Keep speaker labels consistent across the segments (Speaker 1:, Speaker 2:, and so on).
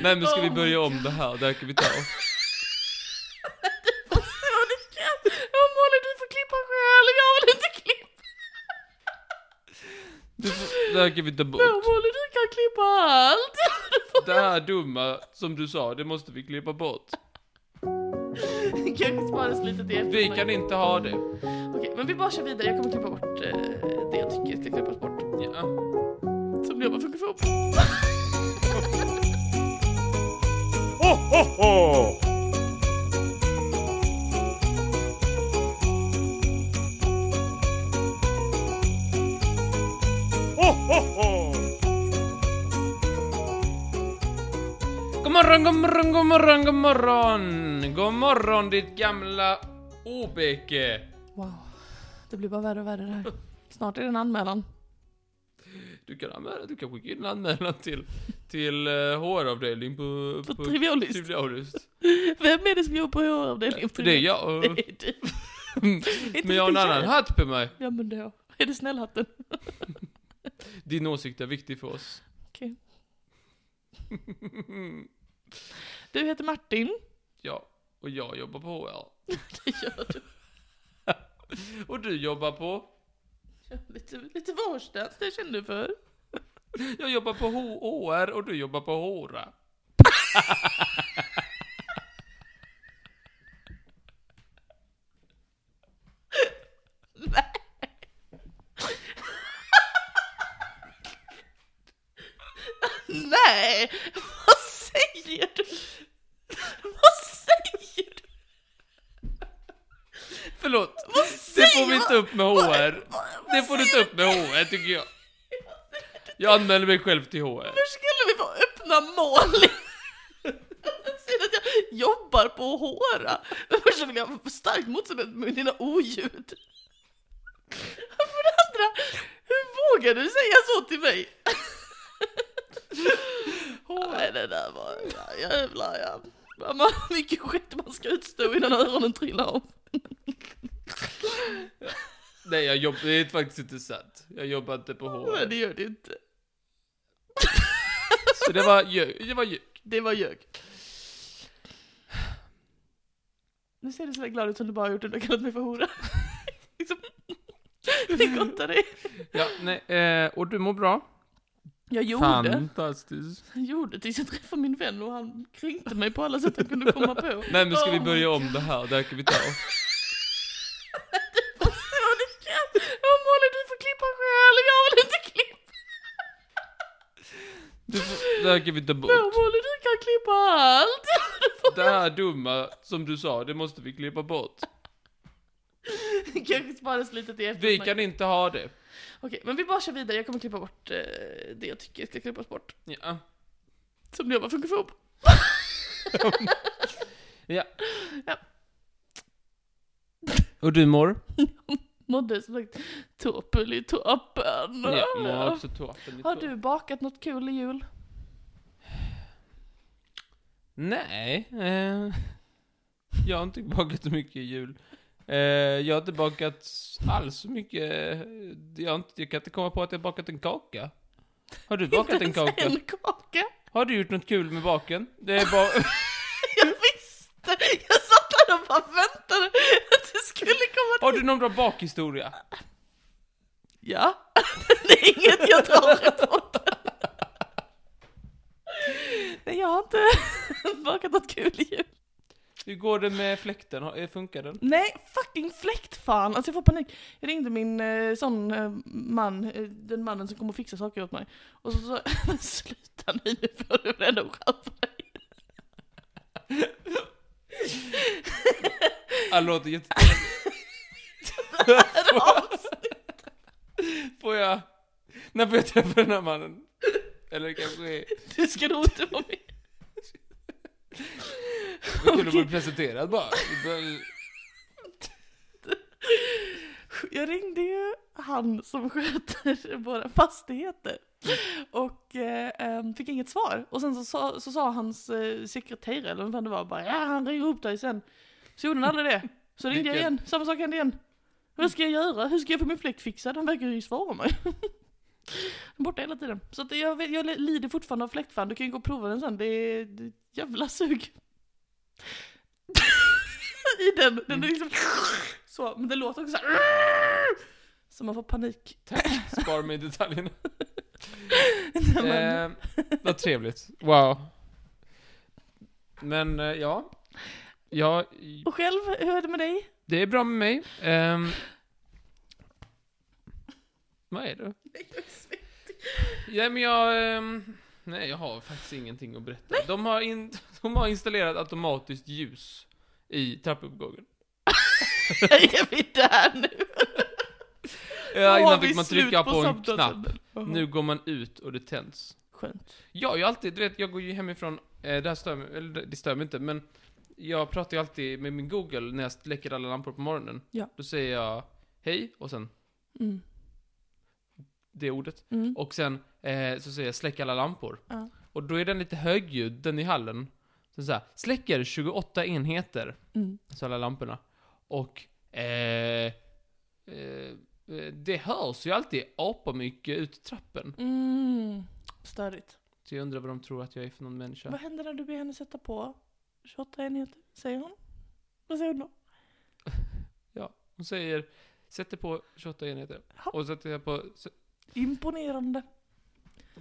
Speaker 1: Nej men ska vi börja om det här? Det här kan vi ta.
Speaker 2: Du förstår ditt kraft. Åh Molly, du får klippa själv. Jag vill inte klippa.
Speaker 1: Det, får- det här kan vi ta bort.
Speaker 2: Åh Molly, du kan klippa allt. Du får
Speaker 1: Det här dumma som du sa, det måste vi klippa bort.
Speaker 2: kanske sparas lite till
Speaker 1: Vi
Speaker 2: efterhand.
Speaker 1: kan inte ha det.
Speaker 2: Okej, men vi bara kör vidare. Jag kommer klippa bort eh, det jag tycker ska klippas bort.
Speaker 1: Ja.
Speaker 2: Som jag bara fick ihop.
Speaker 1: God morgon, god morgon, god morgon, god morgon! God morgon ditt gamla Obeke!
Speaker 2: Wow. Det blir bara värre och värre det här. Snart är det en anmälan.
Speaker 1: Du kan anmäla, du kan skicka in en anmälan till, till uh, HR-avdelning på,
Speaker 2: På Trivialist.
Speaker 1: Trivialist.
Speaker 2: Vem är det som jobbar på HR-avdelningen?
Speaker 1: Det är jag.
Speaker 2: Det är du. Inte
Speaker 1: Men jag har en
Speaker 2: riktigt
Speaker 1: annan
Speaker 2: jag.
Speaker 1: hatt på mig.
Speaker 2: Ja men då. Är det snällhatten?
Speaker 1: Din åsikt är viktig för oss.
Speaker 2: Okej. Du heter Martin.
Speaker 1: ja, och jag jobbar på HR.
Speaker 2: Det gör du.
Speaker 1: Och du jobbar på?
Speaker 2: Lite, lite varstans, det kände du för.
Speaker 1: Jag jobbar på H- HR och du jobbar på Hora.
Speaker 2: Nej! Vad säger du? Vad säger du?
Speaker 1: Förlåt,
Speaker 2: Vad
Speaker 1: det
Speaker 2: säger
Speaker 1: får vi inte upp med HR. Det får du inte upp med HR tycker jag. Jag anmäler mig själv till HR.
Speaker 2: Hur skulle vi få öppna mål? Säger att jag jobbar på Håra. Men först vill jag starkt motsätta mig med dina oljud. Och För det andra, hur vågar du säga så till mig? Nej det där var, ja, jävlar ja. Vad man- Mycket skit man ska utstå innan öronen trillar av.
Speaker 1: Nej, jag jobbar, det är faktiskt inte sant. Jag jobbar inte på
Speaker 2: Men det
Speaker 1: HR.
Speaker 2: gör det inte.
Speaker 1: Så det var ljug, det var ljug.
Speaker 2: Det var ljug. Nu ser du så där glad ut som du bara har gjort det du har kallat mig för hora. liksom. Det gottar dig.
Speaker 1: Ja, nej, eh, och du mår bra?
Speaker 2: Jag gjorde,
Speaker 1: Fantastiskt.
Speaker 2: jag gjorde tills jag träffade min vän och han kränkte mig på alla sätt jag kunde komma på.
Speaker 1: Nej men ska vi
Speaker 2: Oh
Speaker 1: börja
Speaker 2: my
Speaker 1: om det här? Det här kan vi ta.
Speaker 2: Du förstår ditt kraft. Åh Molly, du får klippa själv. Jag vill inte klippa.
Speaker 1: Du får, det här kan vi ta bort.
Speaker 2: Åh Molly, du kan klippa allt. Du får-
Speaker 1: Det här dumma som du sa, det måste vi klippa bort.
Speaker 2: Det kanske sparas lite till
Speaker 1: Vi
Speaker 2: efterhand.
Speaker 1: kan inte ha det.
Speaker 2: Okej, men vi bara kör vidare. Jag kommer klippa bort eh, det jag tycker ska klippas bort.
Speaker 1: Ja.
Speaker 2: Som jag bara funkar ihop.
Speaker 1: ja.
Speaker 2: Ja.
Speaker 1: Och du mår?
Speaker 2: Mådde som sagt toppel i toppen.
Speaker 1: Ja, mår också toppen. i
Speaker 2: Har
Speaker 1: toppen.
Speaker 2: du bakat något kul i jul?
Speaker 1: Nej. Eh, jag har inte bakat så mycket i jul. Eh, jag har inte bakat alls så mycket. Jag, har inte, jag kan inte komma på att jag har bakat en kaka. Har du bakat en
Speaker 2: Inte ens
Speaker 1: kaka?
Speaker 2: En kaka?
Speaker 1: Har du gjort något kul med baken? Det är bara...
Speaker 2: Jag visste! Jag satt där och bara väntade att det skulle komma
Speaker 1: Har du någon bra bakhistoria?
Speaker 2: Ja, det är inget jag tar i podden. Nej, jag har inte bakat något kul i jul.
Speaker 1: Hur går det med fläkten? Har- Funkar den?
Speaker 2: Nej, fucking fläktfan! Alltså jag får panik. Jag ringde min eh, sån eh, man, eh, den mannen som kom och fixade saker åt mig. Och så sa sluta nu, nu får du ändå skärpa dig.
Speaker 1: Han låter jättetrevlig. Får jag... När får jag träffa den här mannen? Eller kanske...
Speaker 2: Du ska nog inte vara med.
Speaker 1: Det är kul att bli presenterad bara. Det bör-
Speaker 2: Jag ringde ju han som sköter våra fastigheter och eh, em, fick inget svar. Och sen så, sa- så sa hans eh, sekreterare, eller vem fan det var, bara ja han ringer upp dig sen. Så gjorde han aldrig det. Så ringde jag
Speaker 1: Vilken-
Speaker 2: igen, samma sak hände igen. Vad ska jag göra? Hur ska jag få min fläkt fixad? Han vägrar ju svara mig. Den är borta hela tiden. Så att jag, vet- jag lider fortfarande av fläktfan. Du kan ju gå och prova den sen. Det är, det är ett jävla sug. I den. Den är liksom... Så, men det låter också så här. Så man får panik.
Speaker 1: Spar mig detaljerna.
Speaker 2: När man-
Speaker 1: eh, vad trevligt. Wow. Men eh, ja. Ja,
Speaker 2: Och själv, hur är det med dig?
Speaker 1: det är bra med mig. Ehm. vad är det? Ja, men jag... ehm, nej, jag har faktiskt ingenting att berätta. De har, in, de har installerat automatiskt ljus i trappuppgången.
Speaker 2: Är vi där nu?
Speaker 1: Ja,
Speaker 2: Nu har
Speaker 1: innan
Speaker 2: vi
Speaker 1: fick man
Speaker 2: slut
Speaker 1: trycka på, en knapp.
Speaker 2: samtalsämnen. Jaha.
Speaker 1: Nu går man ut och det tänds.
Speaker 2: Skönt.
Speaker 1: Ja, jag har alltid, du vet, jag går ju hemifrån, eh, det här stör mig, eller det- det stör mig inte, men jag pratar ju alltid med min Google när jag släcker alla lampor på morgonen.
Speaker 2: Ja.
Speaker 1: Då säger jag hej, och sen
Speaker 2: Mm.
Speaker 1: det ordet.
Speaker 2: Mm.
Speaker 1: Och sen eh, så säger jag släck alla lampor.
Speaker 2: Ja.
Speaker 1: Och då är den lite högljudd, den i hallen. Så så här, släcker 28 enheter,
Speaker 2: Mm.
Speaker 1: så alla lamporna. Och eh, eh, eh, det hörs ju alltid apamycket ut i trappen.
Speaker 2: Mm. Störigt.
Speaker 1: Så jag undrar vad de tror att jag är för någon människa.
Speaker 2: Vad händer när du ber henne sätta på 28 enheter? Säger hon? Vad säger hon då?
Speaker 1: Hon säger Sätt dig på 28 enheter.
Speaker 2: Ja.
Speaker 1: Och sätter jag på... s-
Speaker 2: Imponerande.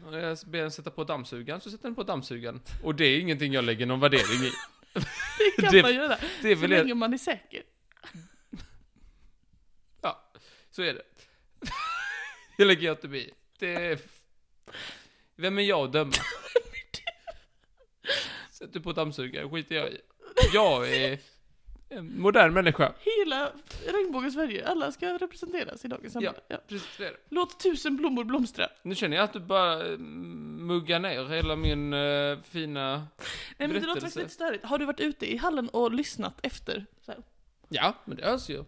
Speaker 1: och Jag ber den sätta på dammsugaren, så sätter den på dammsugaren. Och det är ingenting jag lägger någon värdering i.
Speaker 2: Det kan
Speaker 1: Det-
Speaker 2: man göra.
Speaker 1: Det är
Speaker 2: Så
Speaker 1: väl
Speaker 2: länge
Speaker 1: det.
Speaker 2: man är säker.
Speaker 1: Så är det. Jag lägger jag inte mig i. Det är... f- Vem är jag att döma? Sätt dig på dammsugaren, skiter jag i. Jag är en modern människa.
Speaker 2: Hela regnbågens Sverige, alla ska representeras i dagens samhälle. Ja.
Speaker 1: Precis det är det.
Speaker 2: Låt tusen blommor blomstra.
Speaker 1: Nu känner jag att du bara eh, muggar ner hela min eh, fina...
Speaker 2: Nej men det låter
Speaker 1: Berättelse.
Speaker 2: faktiskt lite störigt. Har du varit ute i hallen och lyssnat efter? Så här,
Speaker 1: Ja, men det hörs ju.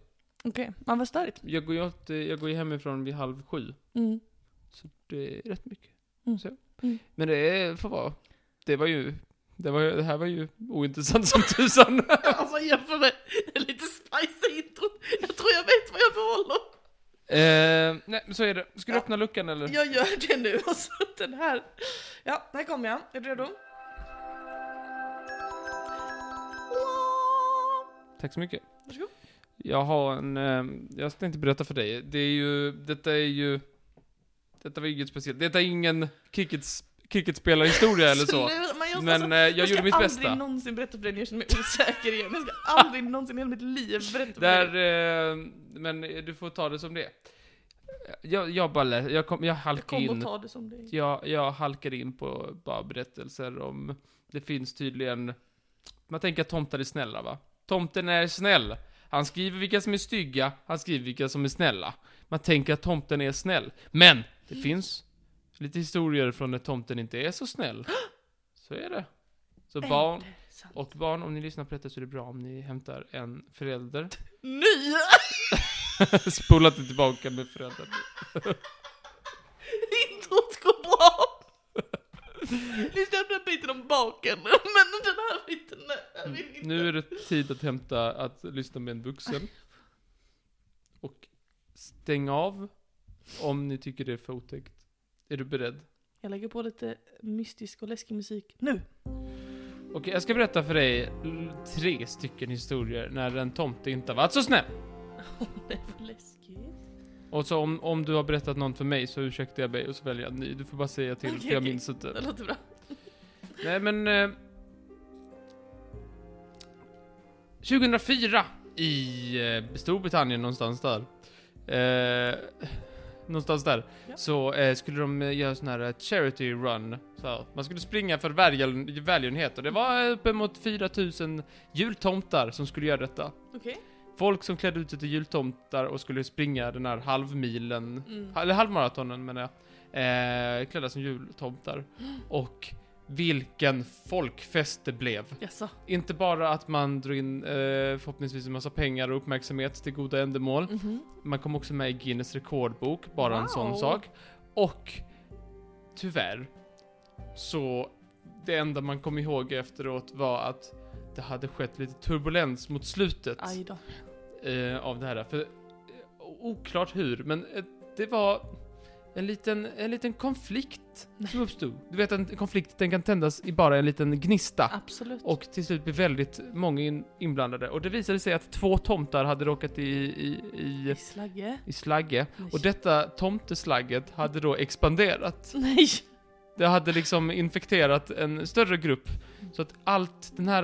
Speaker 2: Okej, man var störigt.
Speaker 1: Jag går ju, åt, jag går ju hemifrån vid halv sju.
Speaker 2: Mm.
Speaker 1: Så det är rätt mycket.
Speaker 2: Mm.
Speaker 1: Så.
Speaker 2: Mm.
Speaker 1: Men det är, får vara. Det var ju, det, var, ju- det här var ju ointressant som tusan.
Speaker 2: Alltså jämför med det lite spicy introt. Jag tror jag vet vad jag behåller.
Speaker 1: eh, nej, men så är det. Ska du
Speaker 2: Ja.
Speaker 1: öppna luckan eller?
Speaker 2: Jag gör det nu och så den här. Ja, här kommer jag. Är du redo?
Speaker 1: Tack så mycket.
Speaker 2: Varsågod.
Speaker 1: Jag har en, eh, jag tänkte berätta för dig. Det är ju, detta är ju, detta var inget speciellt. Detta är ingen crickets, cricketspelarhistoria eller så.
Speaker 2: nu- Man gör så-
Speaker 1: Men eh, jag gjorde mitt
Speaker 2: Jag ska
Speaker 1: bästa.
Speaker 2: aldrig någonsin berätta för dig när jag känner mig osäker igen. Jag ska aldrig någonsin i hela mitt liv berätta för
Speaker 1: Där,
Speaker 2: dig.
Speaker 1: eh, men eh, du får ta det som det är. Jag, jag bara lä- jag, kom, jag
Speaker 2: Jag
Speaker 1: halkade
Speaker 2: kommer att
Speaker 1: in.
Speaker 2: ta det som det är.
Speaker 1: Jag, jag halkade in på bara berättelser om, det finns tydligen, man tänker att tomtar är snälla va? Tomten är snäll. Han skriver vilka som är stygga, han skriver vilka som är snälla. Man tänker att tomten är snäll. Men, det
Speaker 2: Mm.
Speaker 1: finns lite historier från när tomten inte är så snäll. Så är det. Så barn,
Speaker 2: Intressant.
Speaker 1: och barn, om ni lyssnar på detta så är det bra om ni hämtar en förälder.
Speaker 2: Nya!
Speaker 1: Spolat det tillbaka med föräldrar.
Speaker 2: Introt går bra! Lyssna på den biten om baken, men den här biten är vi inte.
Speaker 1: Nu är det tid att hämta, att lyssna med en vuxen. Och stäng av om ni tycker det är för otäckt. Är du beredd?
Speaker 2: Jag lägger på lite mystisk och läskig musik. Nu!
Speaker 1: Okej, jag ska berätta för dig tre stycken historier när en tomte inte har varit så snäll.
Speaker 2: Det är för läskigt.
Speaker 1: Och så om, om du har berättat någon för mig så ursäktar jag mig och så väljer jag en ny. Du får bara säga till,
Speaker 2: Okej,
Speaker 1: för jag
Speaker 2: okej.
Speaker 1: minns inte.
Speaker 2: Det låter bra.
Speaker 1: Nej men... Eh, 2004 i eh, Storbritannien någonstans där. Eh, någonstans där.
Speaker 2: Ja.
Speaker 1: Så eh, skulle de eh, göra sån här eh, charity run. Så här. Man skulle springa för välgören- välgörenhet och det var uppemot 4000 jultomtar som skulle göra detta.
Speaker 2: Okej.
Speaker 1: Folk som klädde ut sig till jultomtar och skulle springa den här halvmilen
Speaker 2: Mm.
Speaker 1: eller halvmaratonen menar jag, eh, klädda som jultomtar. Och vilken folkfest det blev.
Speaker 2: Jaså?
Speaker 1: Inte bara att man drog in eh, förhoppningsvis en massa pengar och uppmärksamhet till goda ändamål.
Speaker 2: Mhm.
Speaker 1: Man kom också med i Guinness rekordbok, bara en sån
Speaker 2: Wow.
Speaker 1: sak. Och tyvärr så det enda man kom ihåg efteråt var att det hade skett lite turbulens mot slutet
Speaker 2: Aj då.
Speaker 1: eh, av det här. För eh, oklart hur, men eh, det var en liten, en liten konflikt som uppstod. Du vet en konflikt, den kan tändas i bara en liten gnista.
Speaker 2: Absolut.
Speaker 1: Och till slut blir väldigt många in, inblandade. Och det visade sig att två tomtar hade råkat i, i, i,
Speaker 2: Slagge.
Speaker 1: i slagge.
Speaker 2: Nej.
Speaker 1: Och detta tomteslagget hade då expanderat.
Speaker 2: Nej!
Speaker 1: Det hade liksom infekterat en större grupp. Så att allt, den här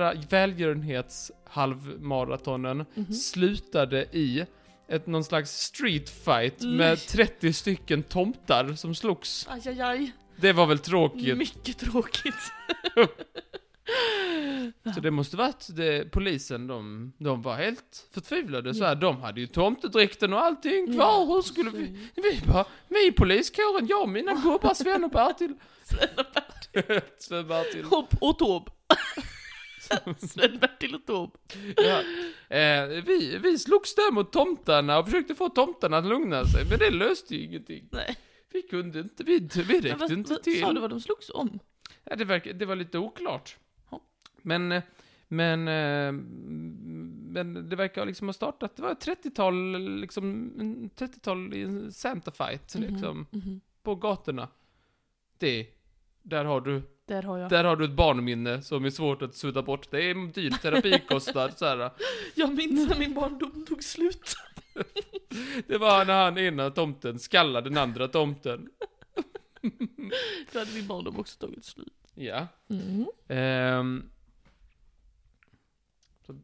Speaker 1: välgörenhetshalvmaratonen
Speaker 2: Mhm.
Speaker 1: slutade i ett, någon slags street fight
Speaker 2: Nej.
Speaker 1: med 30 stycken tomtar som slogs.
Speaker 2: Aj, aj, aj.
Speaker 1: Det var väl tråkigt?
Speaker 2: Mycket tråkigt.
Speaker 1: Så det måste varit det, polisen, de, de var helt förtvivlade så här, De hade ju tomtedräkten och allting kvar.
Speaker 2: Ja,
Speaker 1: Hur skulle vi?
Speaker 2: precis.
Speaker 1: Vi bara, vi i poliskåren, jag och mina gubbar Sven och Bertil. Sven och Bertil.
Speaker 2: Hopp och Tåb. Sven-Bertil och Tåb.
Speaker 1: Ja. Eh, vi, vi slogs där mot tomtarna och försökte få tomtarna att lugna sig, men det löste ju ingenting.
Speaker 2: Nej.
Speaker 1: Vi kunde inte, vi, vi
Speaker 2: Men
Speaker 1: räckte
Speaker 2: vad-
Speaker 1: inte
Speaker 2: vad- Sa du
Speaker 1: till.
Speaker 2: vad de slogs om?
Speaker 1: Ja, det, verkar, det var lite oklart.
Speaker 2: Ja.
Speaker 1: Men, eh, men, eh, men det verkar liksom ha startat, det var ett 30-tal, liksom, en 30-tal i en Santa-fight,
Speaker 2: Mhm,
Speaker 1: liksom,
Speaker 2: mhm.
Speaker 1: på gatorna. Det, där har du
Speaker 2: Där har jag.
Speaker 1: där har du ett barnminne som är svårt att sudda bort. Det är en dyr terapikostnad så här.
Speaker 2: Jag minns när min barndom tog slut.
Speaker 1: Det var när han ena tomten skallade den andra tomten.
Speaker 2: Då hade min barndom också tagit slut.
Speaker 1: Ja.
Speaker 2: Mm.
Speaker 1: Ehm. Så.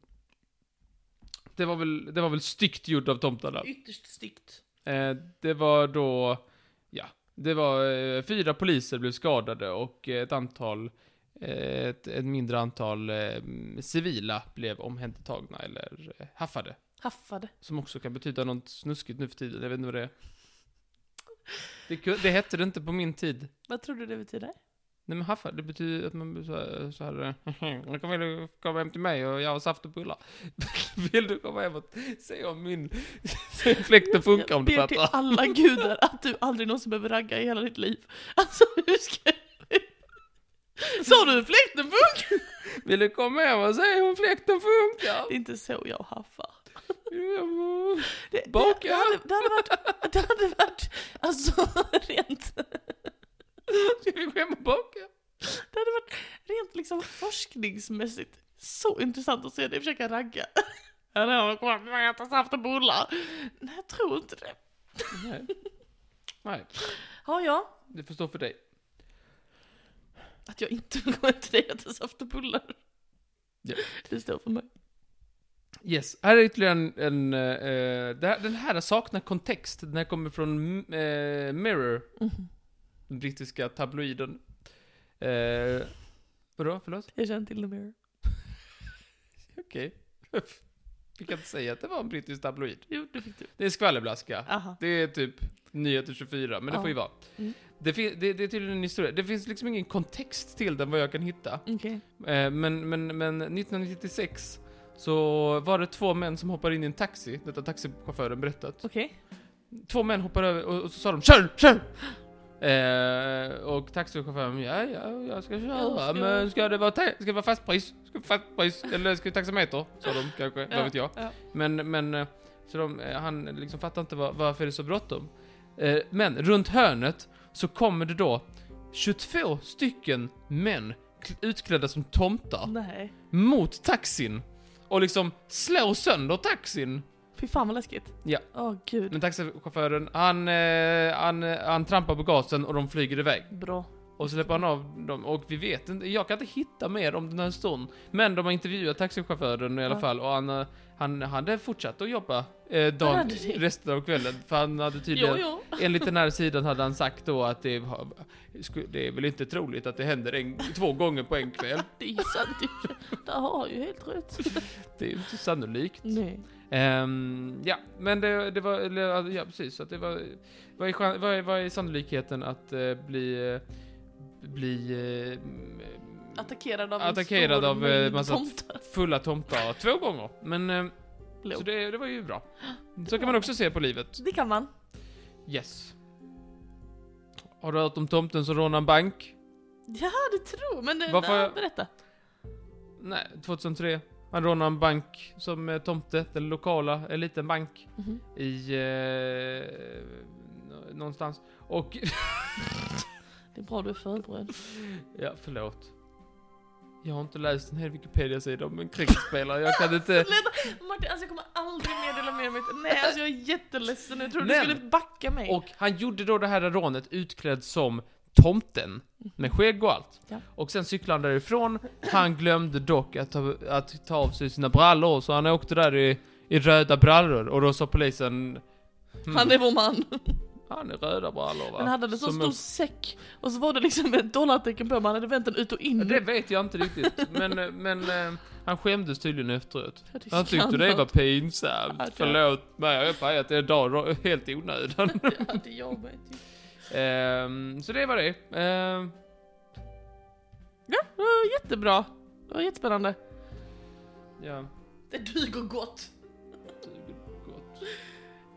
Speaker 1: Det var väl, det var väl styggt gjort av tomtarna.
Speaker 2: Ytterst styggt.
Speaker 1: Eh, det var då, ja, det var eh, fyra poliser blev skadade och eh, ett antal, eh, ett, ett mindre antal eh, civila blev omhändertagna eller eh, haffade.
Speaker 2: Haffade.
Speaker 1: Som också kan betyda något snuskigt nu för tiden, jag vet inte vad det är. Det, ku- det hette det inte på min tid.
Speaker 2: Vad tror du det betyder?
Speaker 1: Nej men haffa, det betyder att man blir så här, så här "Nu kan väl komma hem till mig och jag har saft och bullar. Vill du komma hem och se om min se om fläkten funkar om
Speaker 2: Jag
Speaker 1: du
Speaker 2: ber till
Speaker 1: fattar?
Speaker 2: alla gudar att du aldrig någonsin behöver ragga i hela ditt liv. Alltså hur ska Sa du fläkten funkar?
Speaker 1: Vill du komma hem och se om fläkten funkar?
Speaker 2: Det är inte så jag haffar. Det, det,
Speaker 1: Baka.
Speaker 2: det, hade, det hade varit, det hade varit, alltså rent,
Speaker 1: Ska vi gå hem och baka?
Speaker 2: det hade varit rent liksom forskningsmässigt så intressant att se dig försöka ragga. Hallå, kom och äta saft och bullar. Nej, jag tror inte det.
Speaker 1: Nej. Nej,
Speaker 2: Har jag?
Speaker 1: det får stå för dig.
Speaker 2: Att jag inte vill gå hem till dig och äta saft och bullar.
Speaker 1: Ja.
Speaker 2: Det står för mig.
Speaker 1: Yes, här är ytterligare en... en eh, det här, den här saknar kontext. Den här kommer från eh, Mirror.
Speaker 2: Mhm.
Speaker 1: Den brittiska tabloiden. Eh, vadå, förlåt?
Speaker 2: Jag känner till The Mirror.
Speaker 1: Okej. Vi kan inte säga att det var en brittisk tabloid.
Speaker 2: Jo, det fick du.
Speaker 1: Det är en skvallerblaska.
Speaker 2: Aha.
Speaker 1: Det är typ Nyheter 24, men det
Speaker 2: Ja.
Speaker 1: får ju vara.
Speaker 2: Mm.
Speaker 1: Det, fin- det, det är tydligen en historia. Det finns liksom ingen kontext till den vad jag kan hitta.
Speaker 2: Okej.
Speaker 1: Eh, men, men, men 1996 så var det två män som hoppade in i en taxi. Detta har taxichauffören berättat.
Speaker 2: Okej.
Speaker 1: Två män hoppade över och, och så sa de KÖR! KÖR! Eh, och taxichauffören, ja, ja, jag ska
Speaker 2: Jag
Speaker 1: köra,
Speaker 2: ska-
Speaker 1: men ska det vara, ta- ska det vara fastpris? Ska det vara fastpris? Eller ska det taxameter? Sa de kanske, vad vet jag.
Speaker 2: Ja.
Speaker 1: Men, men, eh, så de, eh, han liksom fattar inte var, varför det är så bråttom. Eh, men runt hörnet så kommer det då 22 stycken män kl- utklädda som tomtar
Speaker 2: Nej.
Speaker 1: mot taxin och liksom slår sönder taxin.
Speaker 2: Fy fan vad läskigt.
Speaker 1: Ja.
Speaker 2: Åh gud.
Speaker 1: Men taxichauffören, han, eh, han, eh, han trampar på gasen och de flyger iväg.
Speaker 2: Bra.
Speaker 1: Och släpper han av dem och vi vet inte, jag kan inte hitta mer om den här historien. Men de har intervjuat taxichauffören i alla
Speaker 2: Ja.
Speaker 1: fall och han, eh, han hade fortsatt att jobba eh,
Speaker 2: Han
Speaker 1: dagen,
Speaker 2: hade det.
Speaker 1: resten av kvällen. För han hade
Speaker 2: Jo,
Speaker 1: tydligen,
Speaker 2: jo.
Speaker 1: enligt den här sidan hade han sagt då att det, var- sku- det är väl inte troligt att det händer en, två gånger på en kväll.
Speaker 2: Det är ju sant ju. Där har jag ju helt rätt.
Speaker 1: Det är ju inte sannolikt.
Speaker 2: Nej.
Speaker 1: Ehm, ja, men det, det var, eller, ja precis, så att det var, vad är, chan- vad är, vad är sannolikheten att eh, bli, eh, bli eh, m-
Speaker 2: Attackerad av
Speaker 1: Attackerad
Speaker 2: en
Speaker 1: av,
Speaker 2: stor
Speaker 1: eh,
Speaker 2: mängd
Speaker 1: massa-
Speaker 2: tomtar.
Speaker 1: fulla tomtar två gånger? Men, eh, så
Speaker 2: Låg.
Speaker 1: det, det var ju bra. Så kan man också se på livet.
Speaker 2: Det kan man.
Speaker 1: Yes. Har du hört om tomten som rånade en bank?
Speaker 2: Ja, det tror Men det,
Speaker 1: Varför-
Speaker 2: nej, berätta.
Speaker 1: Nej, 2003. Han rånade en bank som eh, tomte, den lokala, en liten bank.
Speaker 2: Mhm.
Speaker 1: i eh, nå- någonstans. Och,
Speaker 2: Det är bra du är förberedd.
Speaker 1: ja förlåt. Jag har inte läst en hel Wikipedia-sida om en krigsspelare, jag kan inte...
Speaker 2: Sluta! Martin, alltså jag kommer aldrig mer dela med mig. Nej, alltså jag är jätteledsen. Jag trodde
Speaker 1: Men-
Speaker 2: du skulle backa mig.
Speaker 1: Och han gjorde då det här rånet utklädd som tomten, med skägg och allt.
Speaker 2: Ja.
Speaker 1: Och sen cyklade han därifrån, han glömde dock att ta, att ta av sig sina brallor, så han åkte där i, i röda brallor, och då sa polisen... "Hmm,
Speaker 2: Han är vår man.
Speaker 1: han är röda brallor va?
Speaker 2: Men hade en så
Speaker 1: Som
Speaker 2: stor säck och så var det liksom ett dollartecken på men han hade vänt den ut och in.
Speaker 1: Ja, Det vet jag inte riktigt, men, eh, men eh, han skämdes tydligen efteråt.
Speaker 2: Ja, det
Speaker 1: Han tyckte
Speaker 2: kan
Speaker 1: det
Speaker 2: man.
Speaker 1: var pinsamt.
Speaker 2: Ja, det-
Speaker 1: Förlåt mig, jag har pajat er dag ro- helt i onödan.
Speaker 2: Ja, det gör mig inte.
Speaker 1: Ehm, så det var det. Ehm,
Speaker 2: Ja, det var jättebra. Det var jättespännande.
Speaker 1: ja,
Speaker 2: Det duger gott.
Speaker 1: duger gott.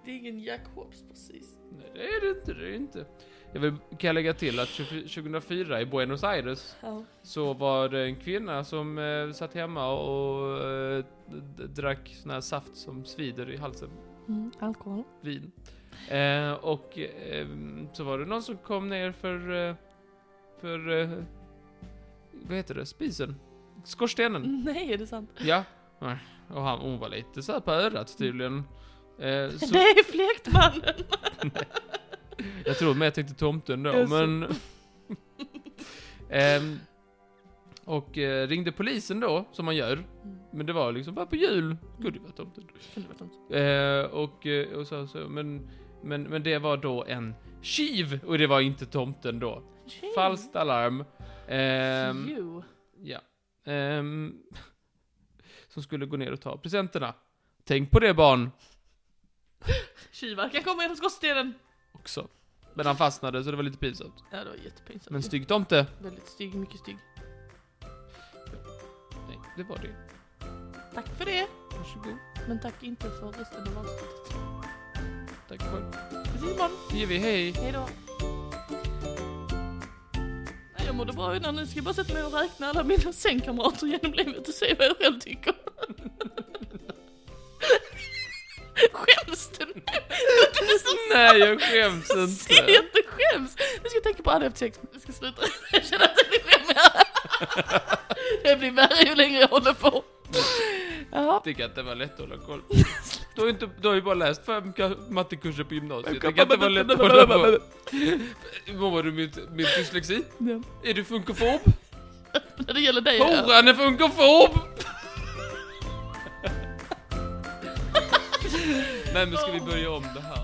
Speaker 2: Det är ingen Jack Hobbs precis.
Speaker 1: Nej, det är det inte, det är det inte. Jag vill, kan jag lägga till att 24 2004 i Buenos Aires
Speaker 2: Ja.
Speaker 1: så var det en kvinna som eh, satt hemma och eh, d- d- drack sån här saft som svider i halsen.
Speaker 2: Mm, alkohol.
Speaker 1: vin. Eh, och ehm, så var det någon som kom ner för, eh, för, eh, vad heter det, spisen? Skorstenen.
Speaker 2: Nej, är det sant?
Speaker 1: Ja. Och han, hon var lite så här på örat tydligen. Eh, så,
Speaker 2: Det är fläktmannen!
Speaker 1: jag tror mer jag tänkte tomten då,
Speaker 2: Jaså.
Speaker 1: men... Ehm, och eh, ringde polisen då, som man gör.
Speaker 2: Mm,
Speaker 1: Men det var liksom bara på jul. Gud, det var tomten. Eh, och, eh, och så, så, men, men, men det var då en tjuv och det var inte tomten då. Falskt alarm. Ehm,
Speaker 2: You.
Speaker 1: ja. Ehm, som skulle gå ner och ta presenterna. Tänk på det barn
Speaker 2: Tjuvar kan komma genom skorstenen!
Speaker 1: också. Men han fastnade så det var lite pinsamt.
Speaker 2: Ja, det var jättepinsamt.
Speaker 1: Men stygg tomte.
Speaker 2: Väldigt stygg, mycket stygg.
Speaker 1: Nej, det var det.
Speaker 2: Tack för det!
Speaker 1: Varsågod.
Speaker 2: Men tack inte för resten av avsnittet.
Speaker 1: Tack själv.
Speaker 2: Vi ses imorgon.
Speaker 1: Nu ger vi hej.
Speaker 2: Hej då. Nej, jag mådde bra innan nu. Ska jag bara sätta mig och räkna alla mina sängkamrater genom livet och se vad jag själv tycker. Skäms du nu? Du är så
Speaker 1: Nej, jag skäms
Speaker 2: Ser
Speaker 1: inte.
Speaker 2: jag inte skäms? Nu ska jag tänka på alla efter sex. Jag ska sluta. Jag känner att det blir skämmigare. Det blir värre ju längre jag håller på. Ja,
Speaker 1: Jag tycker att det var lätt att hålla koll. Du har ju, inte, du har ju bara läst fem ka- mattekurser på gymnasiet. Jag tycker att det var lätt att hålla koll. Mår du med med dyslexi?
Speaker 2: Ja.
Speaker 1: Är du funkofob?
Speaker 2: när det gäller dig. ja.
Speaker 1: Horan är funkofob! Nej men ska vi börja om det här?